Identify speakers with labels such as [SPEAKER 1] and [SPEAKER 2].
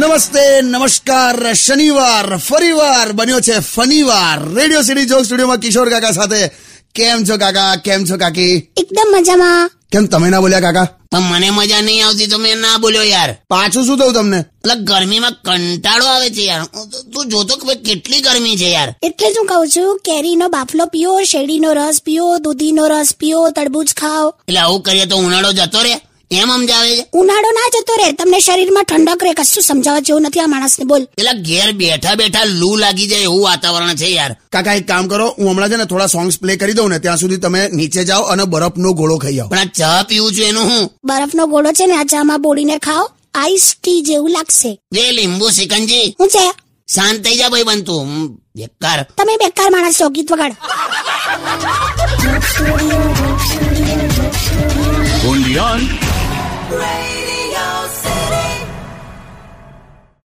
[SPEAKER 1] નમસ્તે નમસ્કાર શનિવાર ફરીવાર બન્યો છે ફનીવાર રેડિયો સિટી જોક સ્ટુડિયોમાં કિશોર કાકા સાથે કેમ છો કાકા કેમ છો કાકી
[SPEAKER 2] એકદમ મજામાં
[SPEAKER 1] કેમ તમે ના બોલ્યા કાકા
[SPEAKER 3] પણ મને મજા નહીં આવતી તો મેં ના બોલ્યો યાર
[SPEAKER 1] પાછું શું થયું તમને
[SPEAKER 3] એટલે ગરમીમાં કંટાળો આવે છે યાર હું તો- તું જોતો કે ભાઈ કેટલી ગરમી છે યાર
[SPEAKER 2] એટલે જ હું કહું છું કેરીનો બાફલો પીઓ શેરડીનો રસ પીઓ દૂધીનો રસ પીઓ તરબૂચ ખાઓ
[SPEAKER 3] એટલે આવું કરીએ તો ઉનાળો જતો રે એમ સમજાવે છે
[SPEAKER 2] ઉનાળો ના જતો રહે તમને શરીરમાં ઠંડક રહે કશું સમજાવવા જેવું નથી આ માણસને બોલ
[SPEAKER 3] એટલે ઘેર બેઠા બેઠા લૂ લાગી જાય એવું વાતાવરણ છે યાર
[SPEAKER 1] કાકા એક કામ કરો હું હમણાં છે ને થોડા સોંગ્સ પ્લે કરી દઉં ને ત્યાં સુધી તમે નીચે જાઓ અને બરફનો ગોળો ખાઈ આવો
[SPEAKER 3] પણ આ ચા પીવું છું એનું હું
[SPEAKER 2] બરફનો ગોળો છે ને આ ચામાં બોળીને ખાઓ આઈસ ટી જેવું લાગશે
[SPEAKER 3] બે લીંબુ સિકંજી
[SPEAKER 2] હું છે
[SPEAKER 3] શાંત થઈ જા ભાઈ બનતું હમ, બેકાર
[SPEAKER 2] તમે બેકાર માણસ છો ગીત વગાડ
[SPEAKER 4] Only on
[SPEAKER 5] Radio